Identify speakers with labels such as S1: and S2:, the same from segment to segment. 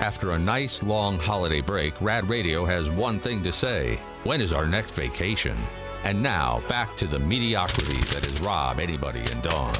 S1: After a nice long holiday break, Rad Radio has one thing to say When is our next vacation? And now, back to the mediocrity that is Rob, Anybody, and Dawn.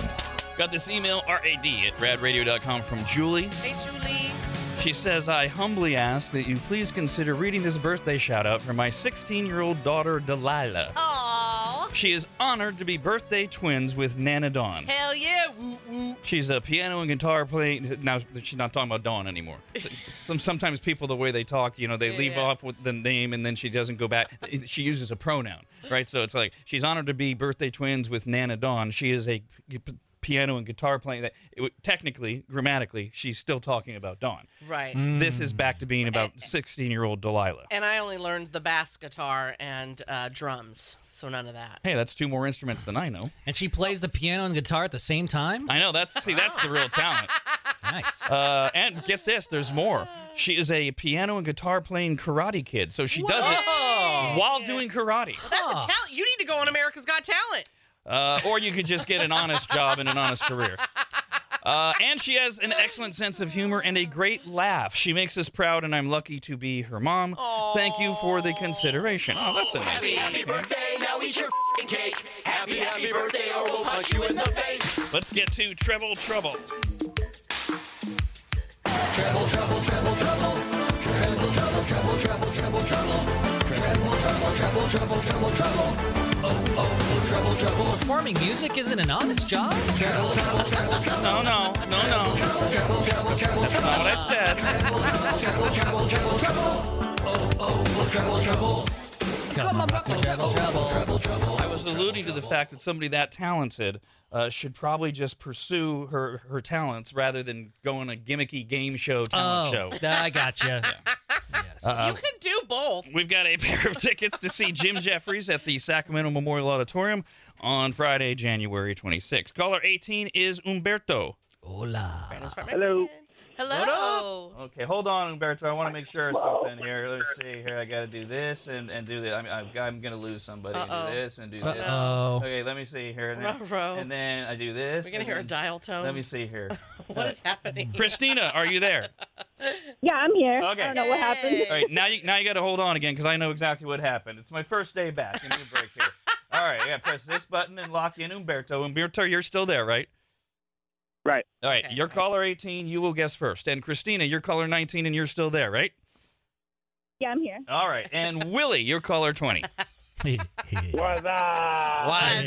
S2: Got this email, RAD at radradio.com from Julie.
S3: Hey, Julie.
S2: She says, I humbly ask that you please consider reading this birthday shout out for my 16 year old daughter, Delilah.
S3: Aww.
S2: She is honored to be birthday twins with Nana Dawn.
S3: Hell yeah. Woo woo.
S2: She's a piano and guitar playing. Now she's not talking about Dawn anymore. Some sometimes people the way they talk, you know, they leave
S3: Yeah.
S2: off with the name and then she doesn't go back. She uses a pronoun, right? So it's like she's honored to be birthday twins with Nana Dawn. She is a p- piano and guitar playing. That it, would- technically, grammatically, she's still talking about Dawn.
S3: Right.
S2: This is back to being about sixteen-year-old Delilah.
S3: And I only learned the bass guitar and uh, drums, so none of that.
S2: Hey, that's two more instruments than I know.
S4: And she plays the piano and guitar at the same time?
S2: I know that's see that's the real talent.
S4: Nice.
S2: Uh, and get this, there's more. She is a piano and guitar playing karate kid, so she does it while doing karate.
S3: That's a
S4: Huh.
S3: talent. You need to go on America's Got Talent.
S2: Uh, or you could just get an honest job and an honest career. Uh, and she has an excellent sense of humor and a great laugh. She makes us proud, and I'm lucky to be her mom. Thank you for the consideration. Oh, that's a nice.
S5: Happy birthday, now eat your f***ing cake. Happy, happy birthday, or we'll punch you in the face.
S2: Let's get to treble trouble.
S5: Treble, treble, treble, treble. Treble, treble, treble, treble, treble, treble. Treble, treble, treble, treble, treble, treble. Oh, oh, treble, treble.
S4: Performing music isn't an honest job?
S5: Treble, treble, treble, treble.
S2: No, no, no, no.
S5: Treble, treble, treble,
S2: That's not what I said.
S5: treble, treble, treble, treble. Oh, oh, treble, treble.
S4: Come on, rock the treble, treble.
S2: I was alluding to the fact that somebody that talented uh, should probably just pursue her, her talents rather than go on a gimmicky game show
S4: Oh,
S2: talent show.
S4: I gotcha.
S3: you
S4: Yes.
S3: can do both.
S2: We've got a pair of tickets to see Jim Jeffries at the Sacramento Memorial Auditorium on Friday, January 26th. Caller 18 is Umberto.
S4: Hola.
S3: Hello. Hello.
S2: Okay, hold on, Umberto. I want to make sure of something here. Let's see here. I got to do this and, and do this. I mean, I've, I'm going to lose somebody. And
S3: Uh-oh.
S2: do this and do this.
S4: Uh-oh.
S2: Okay, let me see here. And then,
S3: Ruh-roh.
S2: and then I do this.
S3: We're going to
S2: and
S3: hear a
S2: then-
S3: dial tone.
S2: Let me see here.
S3: What is happening?
S2: Christina, are you there?
S6: Yeah, I'm here.
S2: Okay.
S6: I don't know what happened.
S2: All right, now you now you got to hold on again because I know exactly what happened. It's my first day back. and new break here. All right, yeah, press this button and lock in Umberto. Umberto, you're still there, right?
S7: Right.
S2: All right,
S3: Okay.
S2: you're caller 18. You will guess first. And Christina, you're caller 19, and you're still there, right?
S6: Yeah, I'm here.
S2: All right, and Willie, you're caller 20.
S7: What's up?
S4: Why?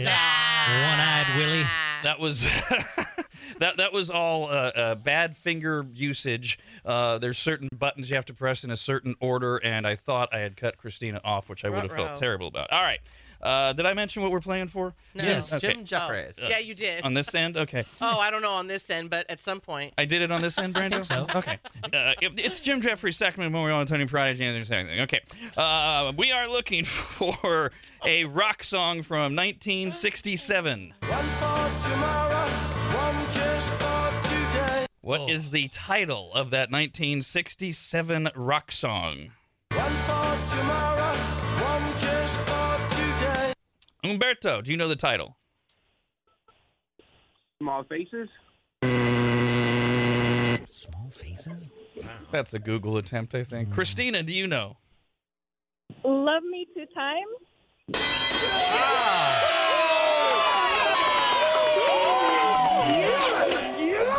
S4: One-eyed Willie.
S2: That was that that was all uh, uh, bad finger usage. Uh, there's certain buttons you have to press in a certain order, and I thought I had cut Christina off, which I would have
S3: Ruh-roh.
S2: felt terrible about. All right, uh, did I mention what we're playing for?
S3: No.
S4: Yes,
S2: Okay.
S4: Jim Jeffries.
S3: Yeah, you did.
S2: On this end, okay.
S3: Oh, I don't know on this end, but at some point.
S2: I did it on this end, Brando.
S4: so.
S2: Okay. Uh, it- it's Jim Jeffries, Sacramento Memorial Auditorium, Friday, January something. Okay. Uh, we are looking for a rock song from 1967.
S5: One for tomorrow, one just for today.
S2: What is
S4: Oh.
S2: the title of that 1967 rock song?
S5: One for tomorrow, one just for today.
S2: Umberto, do you know the title?
S7: Small faces.
S4: Small faces?
S2: That's a Google attempt, I think. Christina, do you know?
S6: Love me two times.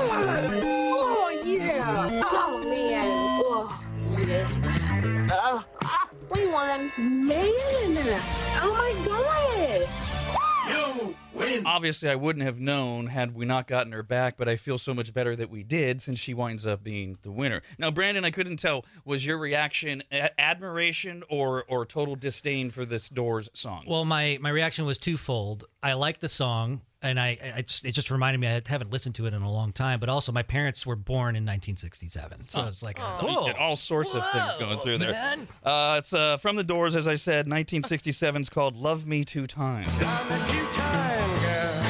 S8: Oh yeah! Oh man! Oh yeah! Oh, ah, what do you want, man? Oh my gosh!
S2: Obviously, I wouldn't have known had we not gotten her back, but I feel so much better that we did since she winds up being the winner. Now, Brandon, I couldn't tell was your reaction a- admiration or or total disdain for this Doors song?
S4: Well, my, my reaction was twofold. I like the song, and I, I just, it just reminded me I haven't listened to it in a long time. But also, my parents were born in 1967,
S2: Oh.
S4: so it's like,
S2: I mean,
S4: whoa,
S2: and all sorts of things going through there.
S4: man.
S2: Uh, it's uh, from the Doors, as I said, 1967. It's called "Love Me Two Times."
S5: I'm a two-time girl.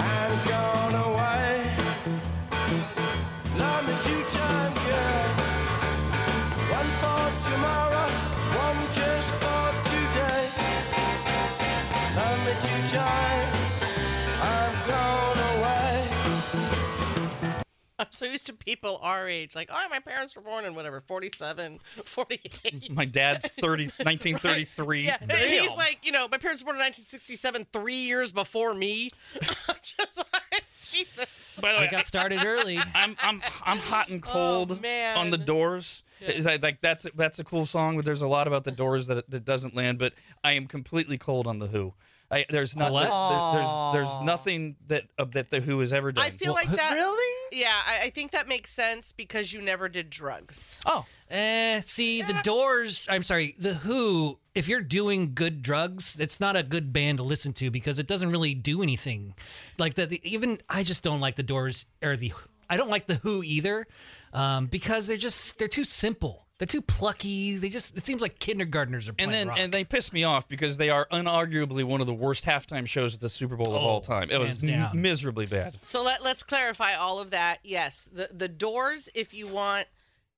S5: I'm gone away. I'm a two-time girl. One for tomorrow, one just for today. I'm a two-time. I'm gone away.
S3: I'm so used to people our age, like, oh, my parents were born in whatever, 47, 48.
S2: My dad's 30,
S3: Right.
S2: 1933.
S3: Yeah, and he's
S2: Damn.
S3: like, you know, my parents were born in 1967, three years before me. Just like, Jesus.
S2: By the
S4: I
S2: way,
S4: got started early.
S2: I'm I'm I'm hot and cold
S3: Oh, man.
S2: on the Doors.
S3: Yeah.
S2: Is that- like that's that's a cool song, but there's a lot about the Doors that that doesn't land. But I am completely cold on the Who. I, there's not
S4: what?
S2: there- there's there's nothing that uh, that the Who has ever done.
S3: I feel like that. Really? Yeah, I, I think that makes sense because you never did drugs.
S2: oh
S4: Eh, see, the Doors, I'm sorry, the Who, if you're doing good drugs, it's not a good band to listen to because it doesn't really do anything. Like that even I just don't like the Doors or the I don't like the Who either um, because they're just they're too simple. They're too plucky. They just it seems like kindergartners are playing
S2: and then
S4: rock.
S2: and they piss me off because they are unarguably one of the worst halftime shows at the Super Bowl of all time. It was
S4: Oh, hands down.
S2: m- miserably bad.
S3: So let, let's clarify all of that. Yes, the, the doors, if you want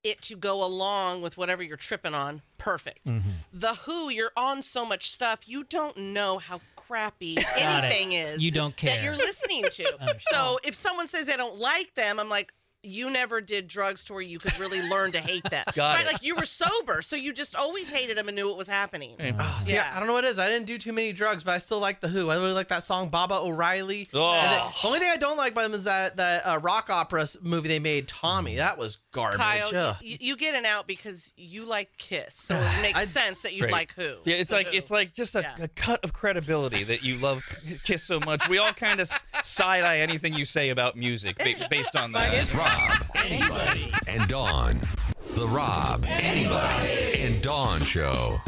S3: it to go along with whatever you're tripping on, perfect.
S4: Mm-hmm.
S3: The who, you're on so much stuff, you don't know how crappy
S4: Got it.
S3: anything is.
S4: You don't
S3: That
S4: care.
S3: you're listening to. so if someone says they don't like them, I'm like, you never did drugs to where you could really learn to hate them.
S2: Got
S3: right?
S2: it.
S3: Like you were sober, so you just always hated them and knew it was happening.
S2: Oh,
S9: See, I- I don't know what it is. I didn't do too many drugs, but I still like the Who. I really like that song Baba O'Reilly.
S2: Oh.
S9: And the- the only thing I don't like by them is that that uh, rock opera s- movie they made, Tommy. That was garbage.
S3: Kyle,
S9: Ugh.
S3: you, you get an out because you like Kiss, so it makes sense that you
S2: Right.
S3: like Who.
S2: Yeah, it's
S3: The
S2: like
S3: Who.
S2: it's like just a,
S3: Yeah.
S2: a cut of credibility that you love Kiss so much. We all kind of side eye anything you say about music ba- based on that.
S1: Rob, anybody, and Dawn. The Rob, anybody, and Dawn Show.